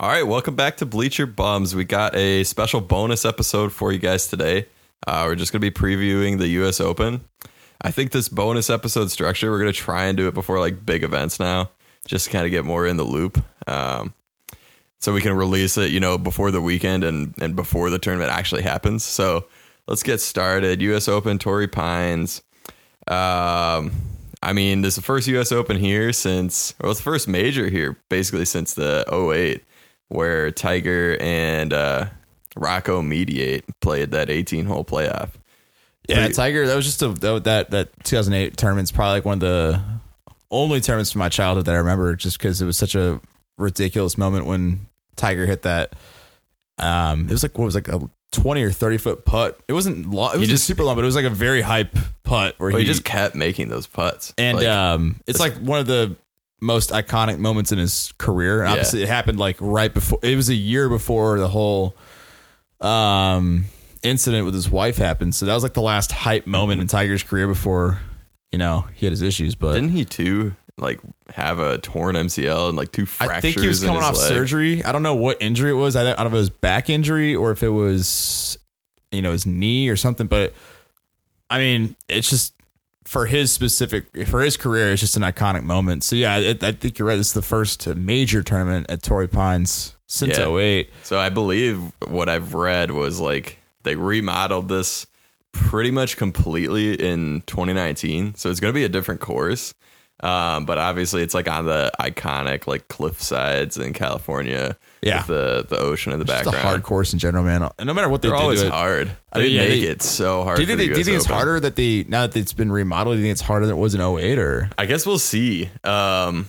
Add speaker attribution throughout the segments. Speaker 1: All right, welcome back to Bleacher Bums. We got a special bonus episode for you guys today. Uh, we're just going to be previewing the U.S. Open. I think this bonus episode structure, we're going to try and do it before like big events now, just kind of get more in the loop. Um, so we can release it, you know, before the weekend and, and before the tournament actually happens. So let's get started. U.S. Open, Torrey Pines. Um, I mean, this is the first U.S. Open here since, well, it's the first major here basically since the 08, where Tiger and uh, Rocco Mediate played that 18 hole playoff.
Speaker 2: Yeah, Tiger. That was just a that that, that 2008 tournament's probably like one of the only tournaments from my childhood that I remember, just because it was such a ridiculous moment when Tiger hit that. Um, it was like what was like a 20 or 30 foot putt. It wasn't long. It was just
Speaker 1: just-
Speaker 2: super long, but it was like a very hype putt where
Speaker 1: Well,
Speaker 2: he,
Speaker 1: he just kept making those putts.
Speaker 2: and
Speaker 1: Like,
Speaker 2: um, it's like one of the most iconic moments in his career. And
Speaker 1: Yeah.
Speaker 2: obviously, it happened like right before. It was a year before the whole um incident with his wife happened. So that was like the last hype moment in Tiger's career before you know he had his issues. But
Speaker 1: Didn't he too like have a torn MCL and like two fractures?
Speaker 2: I think he was
Speaker 1: in
Speaker 2: coming
Speaker 1: his
Speaker 2: off
Speaker 1: leg?
Speaker 2: surgery. I don't know what injury it was. I don't I don't know if it was back injury or if it was, you know, his knee or something. But I mean, it's just for his specific for his career, it's just an iconic moment. So yeah, I, I think you're right. This is the first major tournament at Torrey Pines since
Speaker 1: Yeah.
Speaker 2: 08.
Speaker 1: So I believe what I've read was like they remodeled this pretty much completely in 2019. So it's going to be a different course. Um, but obviously it's like on the iconic like cliff sides in California.
Speaker 2: Yeah.
Speaker 1: With the, the ocean in the
Speaker 2: It's a
Speaker 1: background.
Speaker 2: hard course in general, man. And no matter what they
Speaker 1: They're
Speaker 2: do,
Speaker 1: always
Speaker 2: to it-
Speaker 1: hard.
Speaker 2: I
Speaker 1: They
Speaker 2: mean, yeah,
Speaker 1: make
Speaker 2: they-
Speaker 1: it so hard.
Speaker 2: Do you
Speaker 1: for
Speaker 2: think,
Speaker 1: the
Speaker 2: they, do you
Speaker 1: US
Speaker 2: think it's
Speaker 1: Open.
Speaker 2: harder that they now that it's been remodeled? Do you think it's harder than it was in 08 or
Speaker 1: I guess we'll see. Um,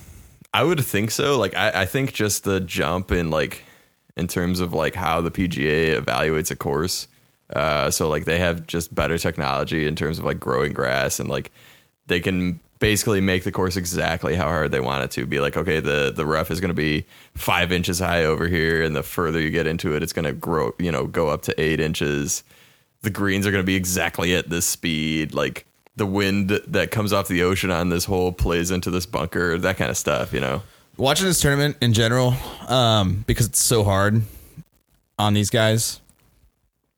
Speaker 1: I would think so. Like, I, I think just the jump in like in terms of like how the PGA evaluates a course. Uh, so like they have just better technology in terms of like growing grass and like they can basically make the course exactly how hard they want it to be like okay the the rough is going to be five inches high over here and the further you get into it it's going to grow you know go up to eight inches the greens are going to be exactly at this speed like the wind that comes off the ocean on this hole plays into this bunker that kind of stuff you know
Speaker 2: watching this tournament in general um, because it's so hard on these guys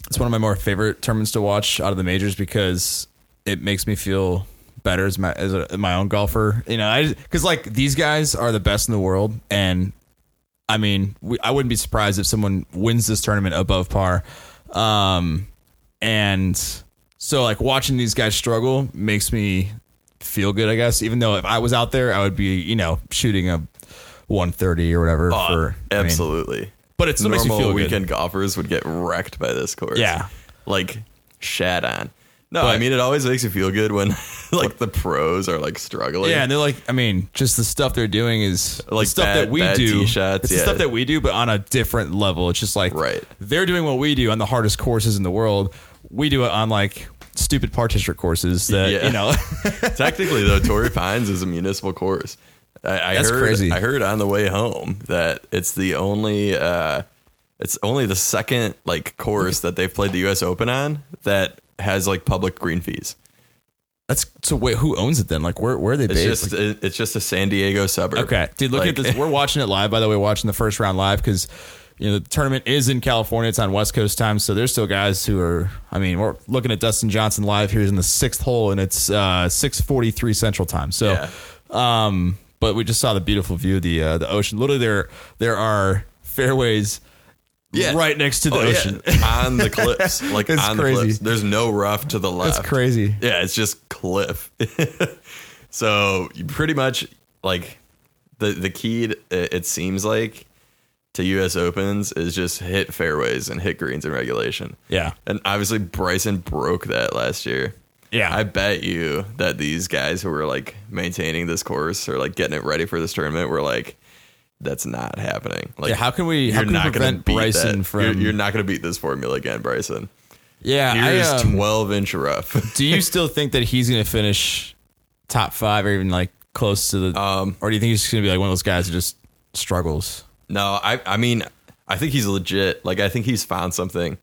Speaker 2: it's one of my more favorite tournaments to watch out of the majors because it makes me feel better as my as a, my own golfer you know i because like these guys are the best in the world and i mean we, i wouldn't be surprised if someone wins this tournament above par um and so like watching these guys struggle makes me feel good, I guess. Even though if I was out there, I would be, you know, shooting a 130 or whatever. for Uh, I mean-
Speaker 1: absolutely
Speaker 2: but it still makes you
Speaker 1: Oh, normal
Speaker 2: feel
Speaker 1: weekend
Speaker 2: weekend.
Speaker 1: golfers would get wrecked by this course.
Speaker 2: Yeah.
Speaker 1: Like shat on. No,
Speaker 2: But-
Speaker 1: I mean it always makes you feel good when like the pros are like struggling.
Speaker 2: Good. Yeah, and they're like, I mean, just the stuff they're doing is the
Speaker 1: Like
Speaker 2: stuff
Speaker 1: bad-
Speaker 2: that we
Speaker 1: bad
Speaker 2: do.
Speaker 1: tee shots,
Speaker 2: it's the
Speaker 1: yeah.
Speaker 2: stuff that we do, but on a different level. It's just like
Speaker 1: Right.
Speaker 2: they're doing what we do on the hardest courses in the world. We do it on like stupid par district courses that
Speaker 1: Yeah.
Speaker 2: you know.
Speaker 1: Technically though, Torrey Pines is a municipal course. I, I
Speaker 2: That's
Speaker 1: heard
Speaker 2: crazy.
Speaker 1: I heard on the way home that it's the only uh it's only the second like course that they've played the US Open on that has like public green fees.
Speaker 2: That's so. Wait, who owns it then? Like, where where are they
Speaker 1: It's
Speaker 2: based?
Speaker 1: just it- it's just a San Diego suburb.
Speaker 2: Okay, dude, look
Speaker 1: Like-
Speaker 2: at this. We're watching it live, by the way, watching the first round live because you know the tournament is in California. It's on West Coast time, so there's still guys who are. I mean, we're looking at Dustin Johnson live here. He's in the sixth hole, and it's uh, six forty three Central time. So,
Speaker 1: Yeah.
Speaker 2: um, but we just saw the beautiful view of the uh, the ocean. Literally, there there are fairways
Speaker 1: Yeah.
Speaker 2: right next to the
Speaker 1: Oh, yeah.
Speaker 2: ocean.
Speaker 1: on the cliffs, like
Speaker 2: It's
Speaker 1: on
Speaker 2: crazy.
Speaker 1: the cliffs. There's no rough to the left.
Speaker 2: That's crazy.
Speaker 1: Yeah, it's just cliff. so you pretty much like the the key. It, it seems like to U.S. Opens is just hit fairways and hit greens in regulation.
Speaker 2: Yeah.
Speaker 1: and obviously Bryson broke that last year.
Speaker 2: Yeah.
Speaker 1: I bet you that these guys who were like maintaining this course or like getting it ready for this tournament were like, "That's not happening." Like,
Speaker 2: Yeah, how can we- how
Speaker 1: you're
Speaker 2: can we
Speaker 1: not gonna
Speaker 2: prevent
Speaker 1: beat
Speaker 2: Bryson
Speaker 1: that.
Speaker 2: from-
Speaker 1: You're, you're not going to beat this formula again, Bryson.
Speaker 2: Yeah, I,
Speaker 1: Here's
Speaker 2: um,
Speaker 1: 12 inch rough.
Speaker 2: Do you still think that he's going to finish top five or even like close to the?
Speaker 1: Um,
Speaker 2: or do you think he's just going to be like one of those guys who just struggles?
Speaker 1: no, I I mean, I think he's legit. Like, I think he's found something.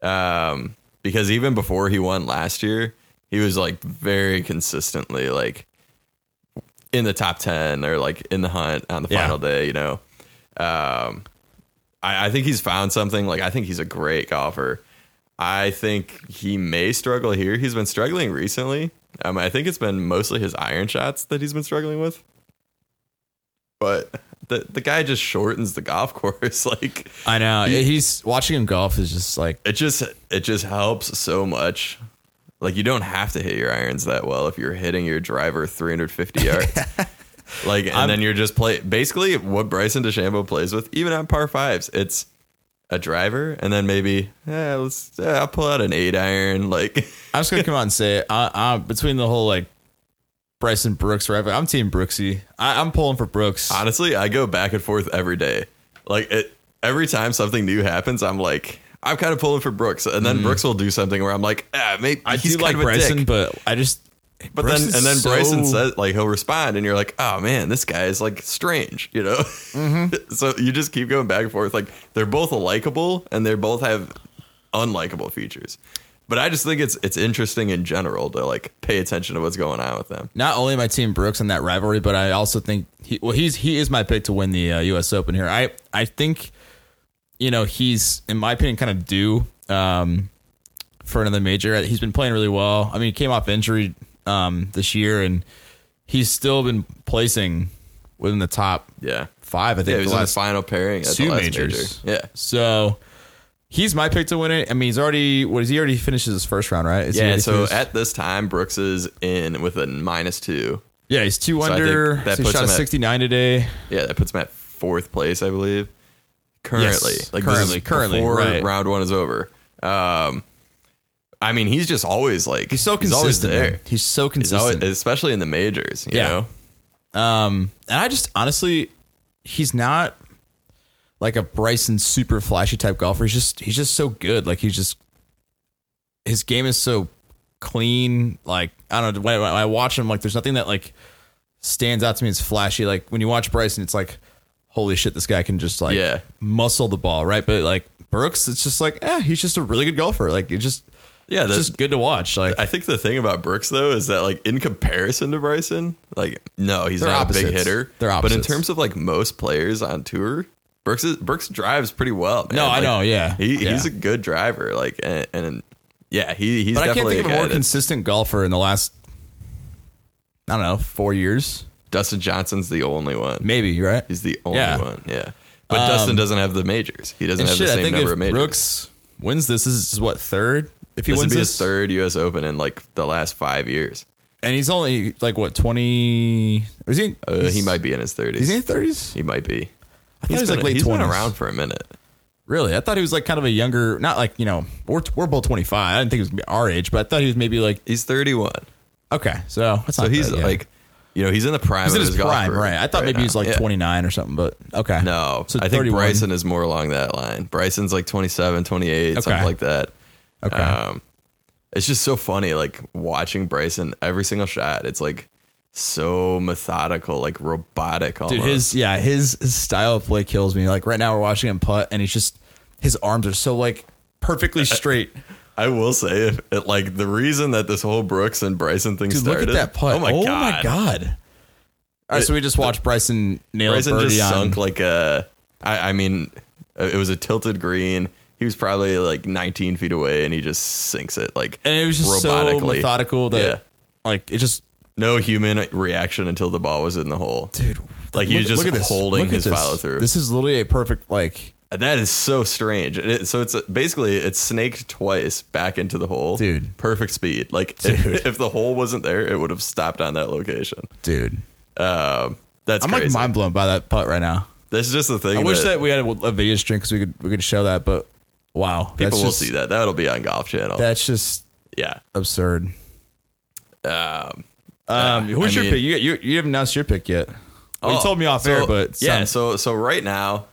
Speaker 1: Um, because even before he won last year, he was like very consistently like in the top 10 or like in the hunt on the
Speaker 2: Yeah.
Speaker 1: final day, you know. Um, I, I think he's found something. Like I think he's a great golfer. I think he may struggle here. He's been struggling recently. Um, I think it's been mostly his iron shots that he's been struggling with. But the the guy just shortens the golf course. Like
Speaker 2: I know. He's watching him golf is just like
Speaker 1: it just it just helps so much. Like you don't have to hit your irons that well if you're hitting your driver 350 yards. like and then you're just play basically what Bryson DeChambeau plays with even on par fives. It's a driver and then maybe eh, let's eh, I'll pull out an eight iron. Like
Speaker 2: I'm just gonna come out and say it. I, I, between the whole like Bryson Brooks rivalry, I'm team Brooksy. I, I'm pulling for Brooks.
Speaker 1: honestly, I go back and forth every day. Like it every time something new happens, I'm like. I'm kind of pulling for Brooks, and then Brooks will do something where I'm like, ah, maybe
Speaker 2: Mm-hmm. I
Speaker 1: he's
Speaker 2: do
Speaker 1: kind
Speaker 2: like
Speaker 1: of a dick.
Speaker 2: Bryson, but I just
Speaker 1: But then, and then Bryson says, like, he'll respond, and you're like, oh man, this guy is like strange, you know?
Speaker 2: Mm-hmm.
Speaker 1: so you just keep going back and forth. Like, they're both likable and they both have unlikable features. But I just think it's it's interesting in general to like pay attention to what's going on with them.
Speaker 2: not only my team Brooks in that rivalry, but I also think he well he's he is my pick to win the uh, U.S. Open here. I I think you know he's in my opinion kind of due um, for another major. He's been playing really well. I mean, he came off injury um, this year, and he's still been placing within the top
Speaker 1: Yeah,
Speaker 2: five. I think
Speaker 1: yeah, he
Speaker 2: the
Speaker 1: was in the
Speaker 2: last
Speaker 1: final pairing at
Speaker 2: two
Speaker 1: the last
Speaker 2: majors.
Speaker 1: major. Yeah,
Speaker 2: So he's my pick to win it. I mean, he's already what is he already finishes his first round, right? Is he
Speaker 1: yeah.
Speaker 2: already
Speaker 1: So
Speaker 2: finished?
Speaker 1: at this time, Brooks is in with a minus two.
Speaker 2: yeah, he's two
Speaker 1: I think
Speaker 2: under.
Speaker 1: that
Speaker 2: so he
Speaker 1: puts
Speaker 2: shot a
Speaker 1: him at-
Speaker 2: 69 today.
Speaker 1: Yeah, that puts him at fourth place, I believe. Currently,
Speaker 2: Yes,
Speaker 1: this is
Speaker 2: currently, currently,
Speaker 1: before
Speaker 2: right.
Speaker 1: round one is over. Um, I mean, he's just always like
Speaker 2: He's so consistent.
Speaker 1: always
Speaker 2: man.
Speaker 1: there.
Speaker 2: He's so
Speaker 1: He's always,
Speaker 2: consistent.
Speaker 1: especially in the majors. You
Speaker 2: Yeah.
Speaker 1: know,
Speaker 2: um, and I just honestly, he's not like a Bryson super flashy type golfer. He's just he's just so good. Like he's just his game is so clean. Like I don't know when I, when I watch him, like there's nothing that like stands out to me as flashy. Like when you watch Bryson, it's like holy shit, this guy can just like
Speaker 1: Yeah.
Speaker 2: muscle the ball, right? But like Brooks, it's just like eh, he's just a really good golfer. Like it just
Speaker 1: yeah.
Speaker 2: it's
Speaker 1: The,
Speaker 2: just good to watch. Like
Speaker 1: I think the thing about Brooks though is that like in comparison to Bryson, like no, he's
Speaker 2: They're
Speaker 1: not a big
Speaker 2: opposites.
Speaker 1: hitter.
Speaker 2: They're
Speaker 1: But in
Speaker 2: opposites.
Speaker 1: terms of like most players on tour, Brooks is, Brooks drives pretty well. man.
Speaker 2: No, I
Speaker 1: Like,
Speaker 2: know, yeah.
Speaker 1: he,
Speaker 2: Yeah.
Speaker 1: he's a good driver. Like and, and yeah, he he's
Speaker 2: But I can't
Speaker 1: definitely
Speaker 2: think of
Speaker 1: a
Speaker 2: a
Speaker 1: guy
Speaker 2: more
Speaker 1: that's-
Speaker 2: consistent golfer in the last, I don't know, four years,
Speaker 1: Dustin Johnson's the only one.
Speaker 2: maybe, right?
Speaker 1: He's the only
Speaker 2: Yeah. Um,
Speaker 1: one. Yeah. But Dustin doesn't have the majors. He doesn't
Speaker 2: And
Speaker 1: have
Speaker 2: shit,
Speaker 1: the
Speaker 2: I
Speaker 1: same
Speaker 2: think
Speaker 1: number
Speaker 2: if
Speaker 1: of majors.
Speaker 2: Brooks wins this, this is what third. If he
Speaker 1: this would
Speaker 2: wins
Speaker 1: be
Speaker 2: this,
Speaker 1: his third U.S. Open in like the last five years.
Speaker 2: and he's only like what twenty? Is he?
Speaker 1: Uh, he might be in his 30s.
Speaker 2: Is he in thirties?
Speaker 1: He might be.
Speaker 2: I thought he was
Speaker 1: been,
Speaker 2: like late
Speaker 1: he's been
Speaker 2: twenties.
Speaker 1: around for a minute.
Speaker 2: Really, I thought he was like kind of a younger, not like you know, we're we're both twenty five. I didn't think he was gonna be our age, but I thought he was maybe like
Speaker 1: He's 31.
Speaker 2: okay. So that's
Speaker 1: So
Speaker 2: not
Speaker 1: he's
Speaker 2: bad, yeah.
Speaker 1: like, you know, he's in the prime
Speaker 2: he's
Speaker 1: of
Speaker 2: in his
Speaker 1: golf
Speaker 2: prime,
Speaker 1: career
Speaker 2: right? I thought maybe he's
Speaker 1: now.
Speaker 2: like
Speaker 1: Yeah.
Speaker 2: twenty nine or something, but okay.
Speaker 1: No.
Speaker 2: So
Speaker 1: I think
Speaker 2: 31.
Speaker 1: Bryson is more along that line. Bryson's like 27, 28, something
Speaker 2: Okay.
Speaker 1: like that.
Speaker 2: Okay.
Speaker 1: Um, it's just so funny, like watching Bryson every single shot. It's like so methodical, like robotic almost.
Speaker 2: Dude, his yeah, his, his style of play kills me. Like right now, we're watching him putt, and he's just his arms are so like perfectly
Speaker 1: Uh,
Speaker 2: straight.
Speaker 1: I will say, if it, like the reason that this whole Brooks and Bryson thing
Speaker 2: Dude,
Speaker 1: started.
Speaker 2: look at that putt!
Speaker 1: Oh my god!
Speaker 2: god. All right, so we just watched Bryson nail a
Speaker 1: Bryson
Speaker 2: birdie
Speaker 1: just
Speaker 2: on.
Speaker 1: sunk like a. I, I mean, uh, it was a tilted green. He was probably like 19 feet away, and he just sinks it like
Speaker 2: and it was just so
Speaker 1: robotically.
Speaker 2: methodical that
Speaker 1: Yeah.
Speaker 2: like it just
Speaker 1: no human reaction until the ball was in the hole.
Speaker 2: dude
Speaker 1: Like, he was just
Speaker 2: this.
Speaker 1: holding
Speaker 2: Look at
Speaker 1: his
Speaker 2: this.
Speaker 1: follow-through.
Speaker 2: This is literally a perfect like
Speaker 1: That is so strange. And It, so it's basically it's snaked twice back into the hole,
Speaker 2: Dude.
Speaker 1: Perfect speed. Like If,
Speaker 2: Dude.
Speaker 1: if the hole wasn't there, it would have stopped on that location.
Speaker 2: dude.
Speaker 1: Um, that's
Speaker 2: I'm
Speaker 1: crazy.
Speaker 2: like mind blown by that putt right now.
Speaker 1: that's just the thing.
Speaker 2: I wish
Speaker 1: that
Speaker 2: that we had a, a video stream because we could we could show that, but wow,
Speaker 1: people
Speaker 2: that's
Speaker 1: will
Speaker 2: just,
Speaker 1: see that. That'll be on Golf Channel.
Speaker 2: That's just
Speaker 1: yeah.
Speaker 2: absurd.
Speaker 1: Um,
Speaker 2: Um, who's
Speaker 1: I
Speaker 2: your
Speaker 1: mean-
Speaker 2: pick? You, you you haven't announced your pick yet. Well, you
Speaker 1: oh,
Speaker 2: told me off
Speaker 1: so-
Speaker 2: air, but
Speaker 1: yeah.
Speaker 2: sounds-
Speaker 1: So so right now,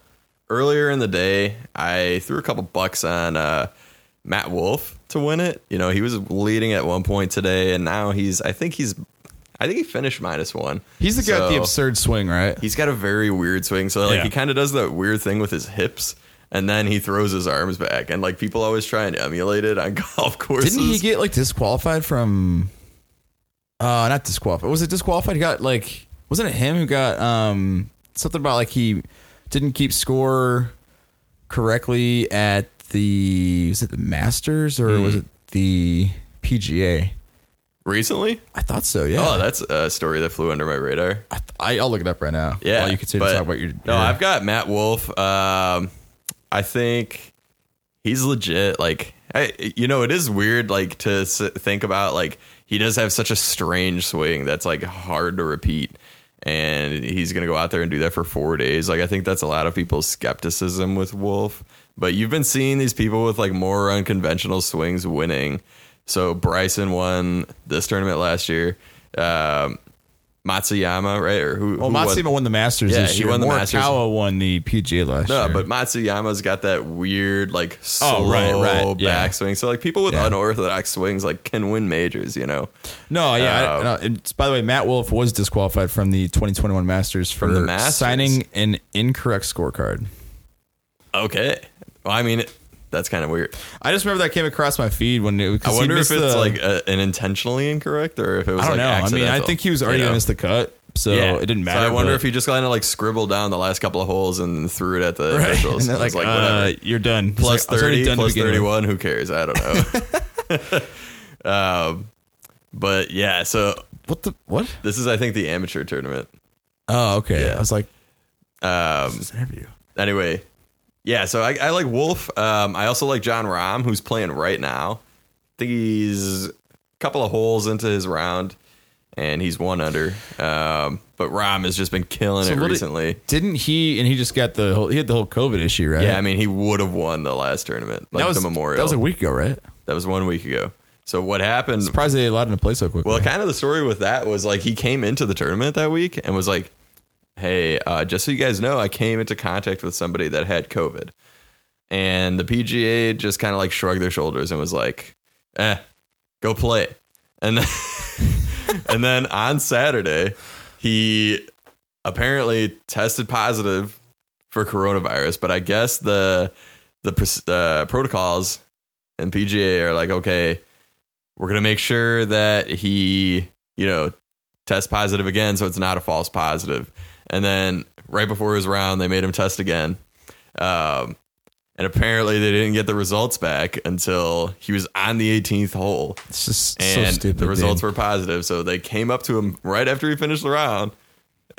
Speaker 1: earlier in the day, I threw a couple bucks on uh, Matt Wolf to win it. You know, he was leading at one point today, and now he's. I think he's. I think he finished minus one.
Speaker 2: he's the guy with the
Speaker 1: So-
Speaker 2: absurd swing, right?
Speaker 1: he's got a very weird swing. So like
Speaker 2: Yeah.
Speaker 1: he kind of does that weird thing with his hips, and then he throws his arms back, and like people always try and emulate it on golf courses.
Speaker 2: Didn't he get like disqualified from? Uh, not disqualified. Was it disqualified? He got like wasn't it him who got um something about like he didn't keep score correctly at the was it the Masters or
Speaker 1: Mm-hmm.
Speaker 2: was it the PGA?
Speaker 1: Recently?
Speaker 2: I thought so. Yeah.
Speaker 1: Oh, that's a story that flew under my radar.
Speaker 2: I th- I, I'll look it up right now.
Speaker 1: Yeah,
Speaker 2: While you continue
Speaker 1: but-
Speaker 2: to talk about your.
Speaker 1: No,
Speaker 2: your-
Speaker 1: I've got Matt Wolf. Um, I think he's legit. Like, I, you know, it is weird. Like to s- think about. Like he does have such a strange swing that's like hard to repeat, and he's gonna go out there and do that for four days. Like I think that's a lot of people's skepticism with Wolf. But you've been seeing these people with like more unconventional swings winning. So Bryson won this tournament last year. Um, Matsuyama, right? Or who?
Speaker 2: Well,
Speaker 1: who won-
Speaker 2: Matsuyama Oh, won the Masters
Speaker 1: Yeah,
Speaker 2: this
Speaker 1: he
Speaker 2: year.
Speaker 1: won the
Speaker 2: Morikawa
Speaker 1: Masters.
Speaker 2: won the PGA last
Speaker 1: No,
Speaker 2: year.
Speaker 1: but Matsuyama's got that weird, like slow
Speaker 2: Oh, right, right, yeah.
Speaker 1: backswing. So like people with
Speaker 2: Yeah.
Speaker 1: unorthodox swings like can win majors, you know.
Speaker 2: no, yeah. I-
Speaker 1: Uh,
Speaker 2: no, it's, by the way, Matt Wolf was disqualified from the 2021 Masters for
Speaker 1: the Masters?
Speaker 2: signing an incorrect scorecard.
Speaker 1: Okay. Well, I mean, that's kind of weird.
Speaker 2: I just remember that came across my feed when it. 'cause
Speaker 1: I
Speaker 2: he
Speaker 1: wonder if
Speaker 2: missed
Speaker 1: it's
Speaker 2: the-
Speaker 1: like a, an intentionally incorrect or if it was
Speaker 2: I
Speaker 1: like
Speaker 2: don't know. I mean,
Speaker 1: accidental.
Speaker 2: I think he was already
Speaker 1: you know?
Speaker 2: gonna miss the cut, so
Speaker 1: Yeah.
Speaker 2: it didn't
Speaker 1: So
Speaker 2: matter.
Speaker 1: I wonder
Speaker 2: but-
Speaker 1: if he just kind of like scribbled down the last couple of holes and threw it at the officials.
Speaker 2: And they're
Speaker 1: It was
Speaker 2: like,
Speaker 1: whatever.
Speaker 2: uh, you're done. He's
Speaker 1: plus
Speaker 2: like, I was already
Speaker 1: 30
Speaker 2: done to
Speaker 1: plus
Speaker 2: begin with.
Speaker 1: 31 who cares i don't know um, but yeah so
Speaker 2: What the what?
Speaker 1: this is i think the amateur tournament
Speaker 2: Oh, okay.
Speaker 1: Yeah.
Speaker 2: I was like,
Speaker 1: um,
Speaker 2: this interview.
Speaker 1: anyway yeah so I, I like wolf um, i also like john rahm who's playing right now i think he's a couple of holes into his round and he's one under um, but rahm has just been killing it
Speaker 2: what did-
Speaker 1: recently
Speaker 2: Didn't he? And he just got the whole. He had the whole COVID issue, right?
Speaker 1: yeah i mean he would have won the last tournament like
Speaker 2: that was
Speaker 1: the memorial Mm-hmm.
Speaker 2: That was a week ago, right?
Speaker 1: one week ago so what happened
Speaker 2: Surprised they allowed him to play so quickly.
Speaker 1: Well, kind of the story with that was like he came into the tournament that week and was like, "Hey, uh, just so you guys know, I came into contact with somebody that had COVID," and the PGA just kind of like shrugged their shoulders and was like, "Eh, go play," and then, and then on Saturday he apparently tested positive for coronavirus, but I guess the the pres- uh, protocols and PGA are like, okay, we're gonna make sure that he, you know, tests positive again, so it's not a false positive. And then right before his round, they made him test again, um, and apparently they didn't get the results back until he was on the 18th hole
Speaker 2: it's just so
Speaker 1: and
Speaker 2: stupid.
Speaker 1: the results
Speaker 2: dude.
Speaker 1: were positive. So they came up to him right after he finished the round,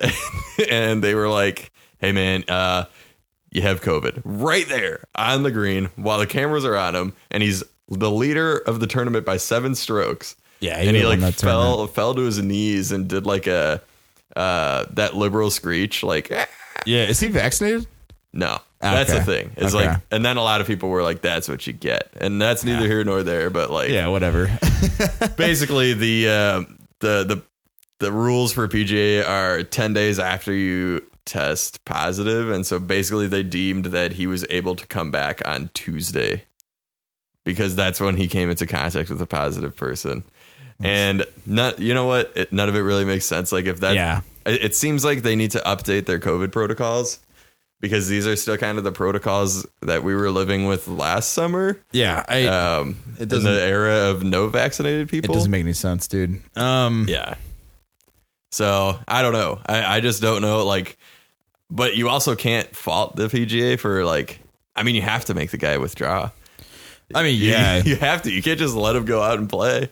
Speaker 1: and they were like, "Hey, man, uh, you have COVID." Right there on the green, while the cameras are on him, and he's the leader of the tournament by seven strokes.
Speaker 2: Yeah, he
Speaker 1: and he
Speaker 2: would've
Speaker 1: like
Speaker 2: won that
Speaker 1: fell fell to his knees and did like a uh, that liberal screech, like "Ah."
Speaker 2: Yeah, is he vaccinated?
Speaker 1: no. That's the
Speaker 2: Okay.
Speaker 1: thing. It's
Speaker 2: Okay.
Speaker 1: like, and then a lot of people were like, "That's what you get," and that's neither here nor there. But like,
Speaker 2: Yeah, whatever.
Speaker 1: basically the uh, the the the rules for PGA are 10 days after you test positive and so basically they deemed that he was able to come back on Tuesday because that's when he came into contact with a positive person. And not you know what it, none of it really makes sense like if that
Speaker 2: Yeah.
Speaker 1: it, it seems like they need to update their covid protocols because these are still kind of the protocols that we were living with last summer
Speaker 2: yeah, I,
Speaker 1: um
Speaker 2: It
Speaker 1: in
Speaker 2: doesn't-
Speaker 1: the era of no vaccinated
Speaker 2: it
Speaker 1: people
Speaker 2: doesn't make any sense, dude. Um,
Speaker 1: yeah. So I don't know. I, I just don't know. Like, but you also can't fault the PGA for like. I mean, you have to make the guy withdraw.
Speaker 2: I mean,
Speaker 1: You-
Speaker 2: yeah,
Speaker 1: you have to. You can't just let him go out and play.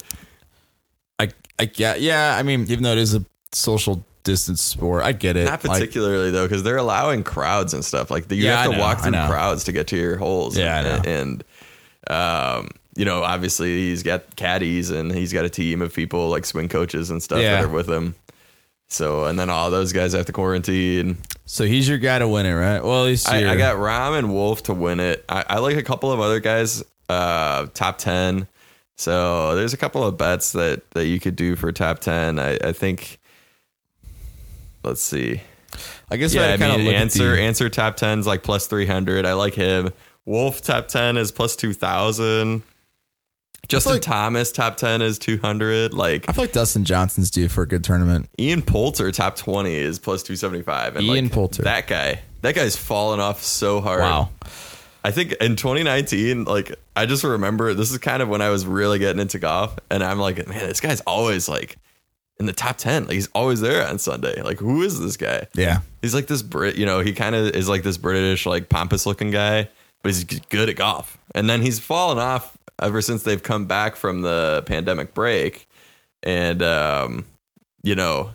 Speaker 2: I, I get, yeah. I mean, even though it is a social distance sport, I get it.
Speaker 1: Not
Speaker 2: Like,
Speaker 1: particularly though, because they're allowing crowds and stuff. Like you
Speaker 2: Yeah,
Speaker 1: have
Speaker 2: I
Speaker 1: to
Speaker 2: know,
Speaker 1: walk
Speaker 2: I
Speaker 1: through
Speaker 2: know.
Speaker 1: crowds to get to your holes.
Speaker 2: Yeah, I know.
Speaker 1: and, um, you know, obviously he's got caddies and he's got a team of people like swing coaches and stuff
Speaker 2: Yeah.
Speaker 1: that are with him. So and then all those guys have to quarantine.
Speaker 2: so he's your guy to win it, right? Well, he's your,
Speaker 1: I, I got Rahm and Wolf to win it. I, I like a couple of other guys, uh, top ten. So there's a couple of bets that that you could do for top ten. I, I think. Let's see.
Speaker 2: I guess
Speaker 1: Yeah,
Speaker 2: I
Speaker 1: I
Speaker 2: kind of
Speaker 1: mean,
Speaker 2: look
Speaker 1: answer
Speaker 2: at the,
Speaker 1: answer top tens like plus three hundred. I like him. Wolf top ten is plus two thousand. Justin
Speaker 2: like-
Speaker 1: Thomas top ten is two hundred. Like
Speaker 2: I feel like Dustin Johnson's due for a good tournament.
Speaker 1: Ian Poulter top twenty is plus two seventy five.
Speaker 2: Ian
Speaker 1: like,
Speaker 2: Poulter.
Speaker 1: that guy, that guy's fallen off so hard. I think in 2019, like I just remember this is kind of when I was really getting into golf, and I'm like, man, this guy's always like in the top 10. Like he's always there on Sunday. Like who is this guy?
Speaker 2: yeah,
Speaker 1: He's like this Brit, you know. He kind of is like this British, like pompous looking guy but he's g- good at golf. And then he's fallen off ever since they've come back from the pandemic break. And um, you know,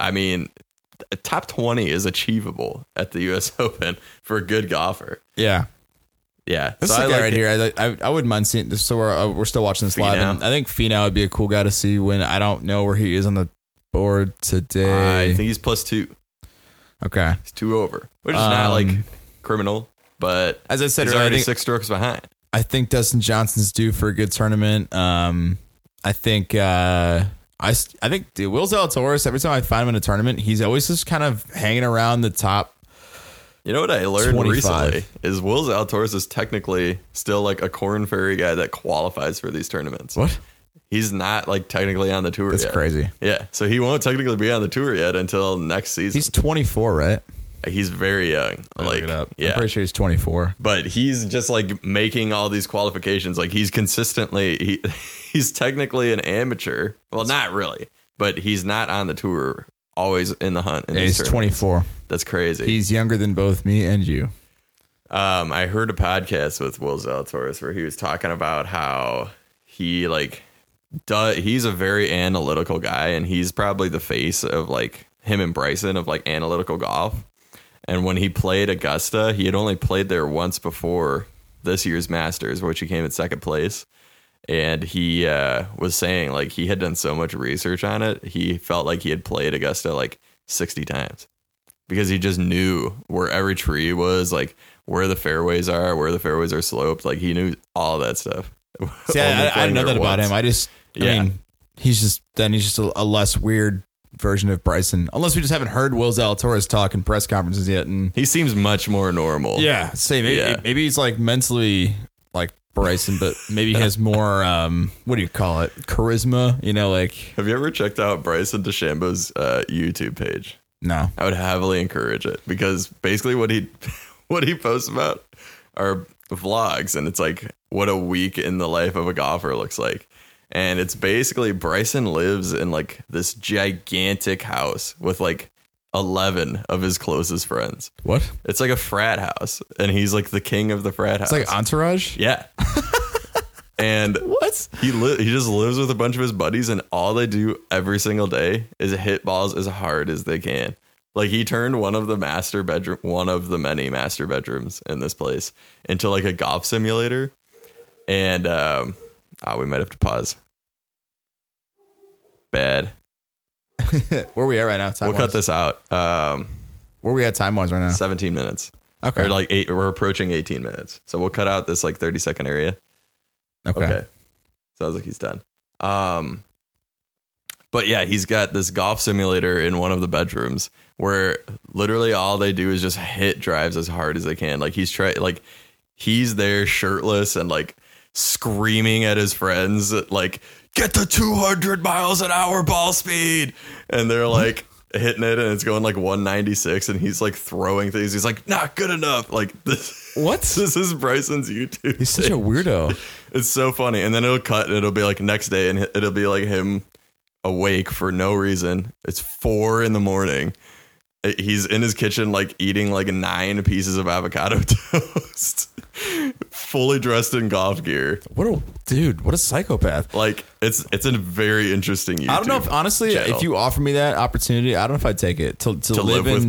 Speaker 1: I mean, a top twenty is achievable at the U.S. Open for a good golfer.
Speaker 2: Yeah.
Speaker 1: Yeah,
Speaker 2: This
Speaker 1: so
Speaker 2: is
Speaker 1: I
Speaker 2: the guy
Speaker 1: like
Speaker 2: right
Speaker 1: it.
Speaker 2: here. I, like- I I wouldn't mind seeing. So we're uh, we're still watching this live.
Speaker 1: Finau.
Speaker 2: And I think Finau would be a cool guy to see when I don't know where he is on the board today.
Speaker 1: I think he's plus two.
Speaker 2: okay.
Speaker 1: He's two over, which is not like
Speaker 2: Um,
Speaker 1: criminal, but
Speaker 2: As I said
Speaker 1: he's
Speaker 2: earlier, I
Speaker 1: already
Speaker 2: think,
Speaker 1: six strokes behind.
Speaker 2: I think Dustin Johnson's due for a good tournament. Um, I think uh, I s- I think dude, Will Zalatoris. Every time I find him in a tournament, he's always just kind of hanging around the top.
Speaker 1: You know what I learned
Speaker 2: 25.
Speaker 1: recently is Will Zalatoris is technically still like a corn fairy guy that qualifies for these tournaments.
Speaker 2: What?
Speaker 1: He's not like technically on the tour
Speaker 2: That's
Speaker 1: yet.
Speaker 2: crazy.
Speaker 1: Yeah, so he won't technically be on the tour yet until next season.
Speaker 2: He's 24, right?
Speaker 1: He's, very young. Like,
Speaker 2: I'm
Speaker 1: yeah,
Speaker 2: pretty sure he's 24.
Speaker 1: but he's just like making all these qualifications. Like he's consistently he he's technically an amateur. Well, not really, but he's not on the tour. Always in the hunt. In
Speaker 2: Yeah,
Speaker 1: these
Speaker 2: he's
Speaker 1: tournaments.
Speaker 2: 24.
Speaker 1: That's crazy.
Speaker 2: He's younger than both me and you.
Speaker 1: Um, I heard a podcast with Will Zalatoris where he was talking about how he like does, he's a very analytical guy and he's probably the face of like him and Bryson of like analytical golf. And when he played Augusta, he had only played there once before this year's Masters, which he came in second place. And he uh, was saying like he had done so much research on it, he felt like he had played Augusta like sixty times because he just knew where every tree was, like where the fairways are, where the fairways are sloped. Like he knew all that stuff.
Speaker 2: See, I,
Speaker 1: Only
Speaker 2: I, I
Speaker 1: playing
Speaker 2: didn't know that
Speaker 1: there
Speaker 2: about
Speaker 1: once.
Speaker 2: him. I just, I
Speaker 1: Yeah.
Speaker 2: mean, he's just then he's just a, a less weird version of Bryson. Unless we just haven't heard Will Zalatoris talk in press conferences yet. And
Speaker 1: He seems much more normal.
Speaker 2: yeah, say maybe,
Speaker 1: Yeah.
Speaker 2: maybe he's like mentally like Bryson, but maybe he has more um, what do you call it? Charisma, you know? Like
Speaker 1: Have you ever checked out Bryson DeChambeau's uh, YouTube page?
Speaker 2: no,
Speaker 1: I would heavily encourage it because basically what he what he posts about are vlogs and it's like what a week in the life of a golfer looks like. And it's basically Bryson lives in like this gigantic house with like 11 of his closest friends.
Speaker 2: what?
Speaker 1: It's like a frat house and he's like the king of the frat house.
Speaker 2: It's like Entourage.
Speaker 1: yeah. and
Speaker 2: What?
Speaker 1: he li- he just lives with a bunch of his buddies, and all they do every single day is hit balls as hard as they can. Like he turned one of the master bedroom, one of the many master bedrooms in this place, into like a golf simulator. And um, ah, we might have to pause. Bad.
Speaker 2: Where we at right now? Time
Speaker 1: We'll cut this out. Um,
Speaker 2: Where we at time wise right now?
Speaker 1: seventeen minutes,
Speaker 2: Okay.
Speaker 1: or like eight. We're approaching eighteen minutes, so we'll cut out this like thirty second area.
Speaker 2: okay.
Speaker 1: Okay. Sounds like he's done. Um but yeah, he's got this golf simulator in one of the bedrooms where literally all they do is just hit drives as hard as they can. Like he's try like he's there shirtless and like screaming at his friends like get the 200 miles an hour ball speed and they're like hitting it and it's going like 196 and he's like throwing things he's like not good enough like this
Speaker 2: What?
Speaker 1: this is Bryson's YouTube
Speaker 2: He's such a weirdo.
Speaker 1: it's so funny. And then it'll cut and it'll be like next day and it'll be like him awake for no reason. It's four in the morning. He's in his kitchen, like eating like nine pieces of avocado toast, fully dressed in golf gear.
Speaker 2: What a dude! What a psychopath.
Speaker 1: Like it's it's a very interesting. YouTube
Speaker 2: I don't know if honestly,
Speaker 1: channel.
Speaker 2: if you offer me that opportunity, I don't know if I'd take it to, to,
Speaker 1: live
Speaker 2: live,
Speaker 1: with
Speaker 2: in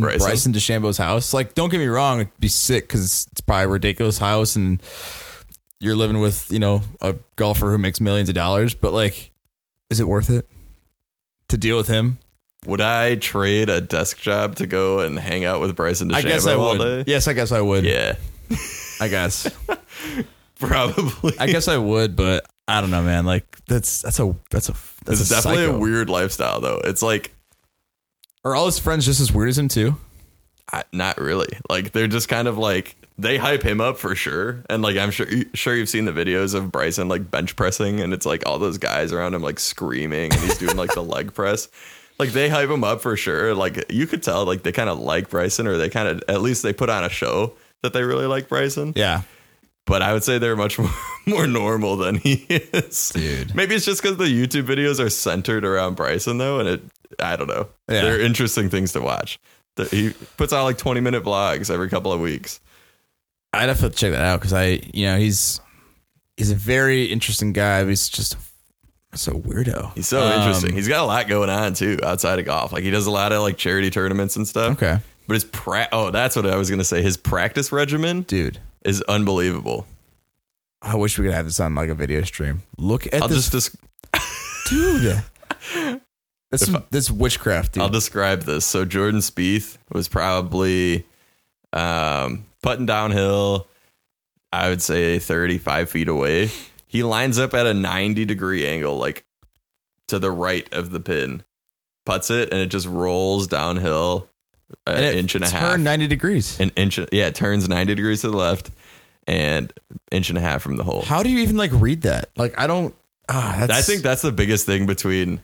Speaker 1: Bryson?
Speaker 2: Bryson. DeChambeau's house. Like, don't get me wrong, it'd be sick because it's, it's probably a ridiculous house, and you're living with you know a golfer who makes millions of dollars. But like, is it worth it to deal with him?
Speaker 1: would I trade a desk job to go and hang out with Bryson DeChambeau
Speaker 2: I guess I
Speaker 1: all
Speaker 2: would.
Speaker 1: day?
Speaker 2: Yes, I guess I would.
Speaker 1: Yeah,
Speaker 2: I guess.
Speaker 1: probably.
Speaker 2: I guess I would, but I don't know, man. Like, that's that's a that's a that's
Speaker 1: it's
Speaker 2: a
Speaker 1: definitely
Speaker 2: psycho.
Speaker 1: a weird lifestyle, though. It's like
Speaker 2: Are all his friends just as weird as him too?
Speaker 1: I, not really. Like they're just kind of like they hype him up for sure, and like I'm sure sure you've seen the videos of Bryson like bench pressing, and it's like all those guys around him like screaming, and he's doing like the leg press. Like they hype him up for sure. Like you could tell, like they kind of like Bryson, or they kind of at least they put on a show that they really like Bryson.
Speaker 2: Yeah.
Speaker 1: But I would say they're much more, more normal than he is.
Speaker 2: Dude.
Speaker 1: Maybe it's just because the YouTube videos are centered around Bryson though, and it I don't know.
Speaker 2: Yeah.
Speaker 1: They're interesting things to watch. The- He puts out like 20 minute vlogs every couple of weeks.
Speaker 2: I'd have to check that out because I, you know, he's he's a very interesting guy, but he's just so weirdo.
Speaker 1: He's so
Speaker 2: Um,
Speaker 1: interesting. He's got a lot going on too outside of golf. Like he does a lot of like charity tournaments and stuff.
Speaker 2: Okay.
Speaker 1: But his pra- oh, that's what I was gonna say. His practice regimen
Speaker 2: Dude,
Speaker 1: is unbelievable.
Speaker 2: I wish we could have this on like a video stream. Look at
Speaker 1: I'll
Speaker 2: this
Speaker 1: just dis-
Speaker 2: dude. That's,
Speaker 1: If I-
Speaker 2: that's witchcraft, dude.
Speaker 1: I'll describe this. So Jordan Spieth was probably um, putting downhill. I would say 35 feet away. He lines up at a 90 degree angle, like to the right of the pin, puts it, and it just rolls downhill an
Speaker 2: And it
Speaker 1: inch and a half.
Speaker 2: turned 90 degrees.
Speaker 1: an inch yeah it turns 90 degrees to the left and inch and a half from the hole
Speaker 2: How do you even like read that? Like I don't ah, that's
Speaker 1: i think that's the biggest thing between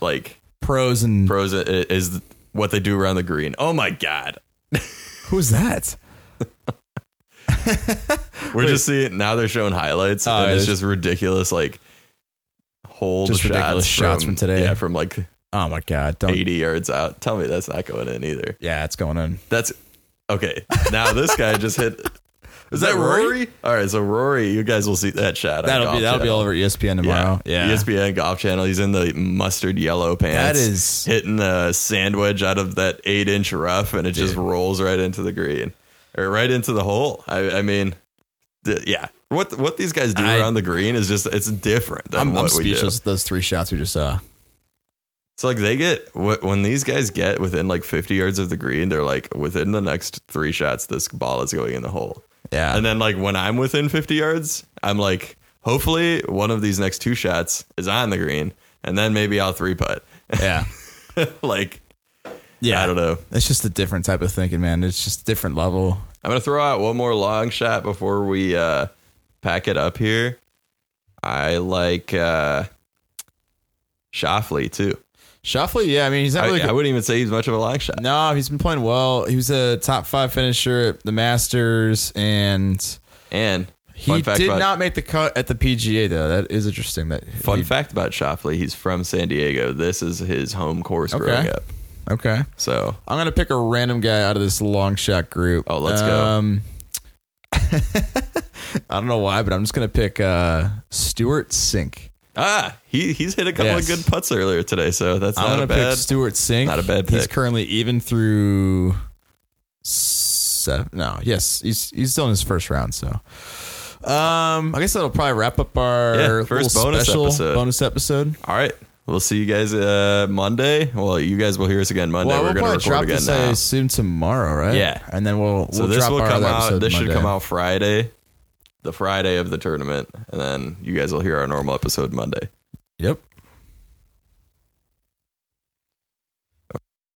Speaker 1: like
Speaker 2: pros and
Speaker 1: pros i- is what they do around the green oh my god
Speaker 2: who's that?
Speaker 1: we're just seeing now they're showing highlights
Speaker 2: Oh,
Speaker 1: and it's
Speaker 2: it's-
Speaker 1: just ridiculous like hold
Speaker 2: Just
Speaker 1: shots,
Speaker 2: ridiculous shots from today.
Speaker 1: yeah from like
Speaker 2: Oh my god, don't
Speaker 1: 80 yards out tell me that's not going in either
Speaker 2: Yeah, it's going in.
Speaker 1: that's okay now this guy just hit is that
Speaker 2: that Rory?
Speaker 1: Rory? All right, so Rory, you guys will see that shot. on
Speaker 2: That'll be
Speaker 1: Golf
Speaker 2: that'll be
Speaker 1: Channel.
Speaker 2: all over E ESPN tomorrow.
Speaker 1: E
Speaker 2: Yeah.
Speaker 1: ESPN Golf Channel. He's in the mustard yellow
Speaker 2: That
Speaker 1: pants.
Speaker 2: is
Speaker 1: hitting the sand wedge out of that eight inch rough, and it just rolls right into the green or right into the hole. I, I mean, th- yeah. What what these guys do
Speaker 2: I-
Speaker 1: around the green is just it's different than
Speaker 2: I'm,
Speaker 1: what
Speaker 2: I'm
Speaker 1: we do.
Speaker 2: speechless at those three shots we just saw.
Speaker 1: So like they get wh- when these guys get within like 50 yards of the green, they're like within the next three shots, this ball is going in the hole.
Speaker 2: Yeah.
Speaker 1: And then like when I'm within 50 yards, I'm like, hopefully one of these next two shots is on the green, and then maybe I'll three putt.
Speaker 2: Yeah.
Speaker 1: like
Speaker 2: Yeah.
Speaker 1: I don't know.
Speaker 2: It's just a different type of thinking, man. It's just different level.
Speaker 1: I'm gonna throw out one more long shot before we uh, pack it up here. I like uh, Shoffley too.
Speaker 2: Shoffley, yeah, I mean, he's not
Speaker 1: I,
Speaker 2: really.
Speaker 1: I
Speaker 2: good.
Speaker 1: wouldn't even say he's much of a long shot.
Speaker 2: no, he's been playing well. He was a top five finisher at the Masters, and
Speaker 1: And
Speaker 2: he
Speaker 1: fun
Speaker 2: did
Speaker 1: fact about
Speaker 2: not make the cut at the PGA though. That is interesting. That
Speaker 1: fun
Speaker 2: he-
Speaker 1: fact about Shoffley, he's from San Diego. This is his home course
Speaker 2: Okay.
Speaker 1: growing up.
Speaker 2: Okay,
Speaker 1: So
Speaker 2: I'm gonna pick a random guy out of this long shot group.
Speaker 1: Oh, let's go.
Speaker 2: go. I don't know why, but I'm just gonna pick uh, Stuart Sink.
Speaker 1: ah, he he's hit a couple
Speaker 2: Yes.
Speaker 1: of good putts earlier today. So that's
Speaker 2: I'm
Speaker 1: not
Speaker 2: gonna
Speaker 1: a bad.
Speaker 2: pick Stuart Sink.
Speaker 1: not a bad
Speaker 2: He's
Speaker 1: pick.
Speaker 2: currently even through seven. No, yes, he's he's still in his first round. So, um, I guess that'll probably wrap up our
Speaker 1: Yeah, first
Speaker 2: little
Speaker 1: bonus
Speaker 2: special
Speaker 1: episode.
Speaker 2: bonus episode.
Speaker 1: All right. We'll see you guys uh, Monday. Well, you guys will hear us again Monday.
Speaker 2: Well,
Speaker 1: We're
Speaker 2: we'll
Speaker 1: going to record
Speaker 2: probably drop
Speaker 1: again
Speaker 2: this
Speaker 1: now.
Speaker 2: I assume tomorrow, right?
Speaker 1: Yeah.
Speaker 2: and then we'll,
Speaker 1: So
Speaker 2: we'll
Speaker 1: this
Speaker 2: drop
Speaker 1: will
Speaker 2: our
Speaker 1: come
Speaker 2: other
Speaker 1: out.
Speaker 2: episode
Speaker 1: This should
Speaker 2: Monday.
Speaker 1: come out Friday, the Friday of the tournament, and then you guys will hear our normal episode Monday.
Speaker 2: Yep.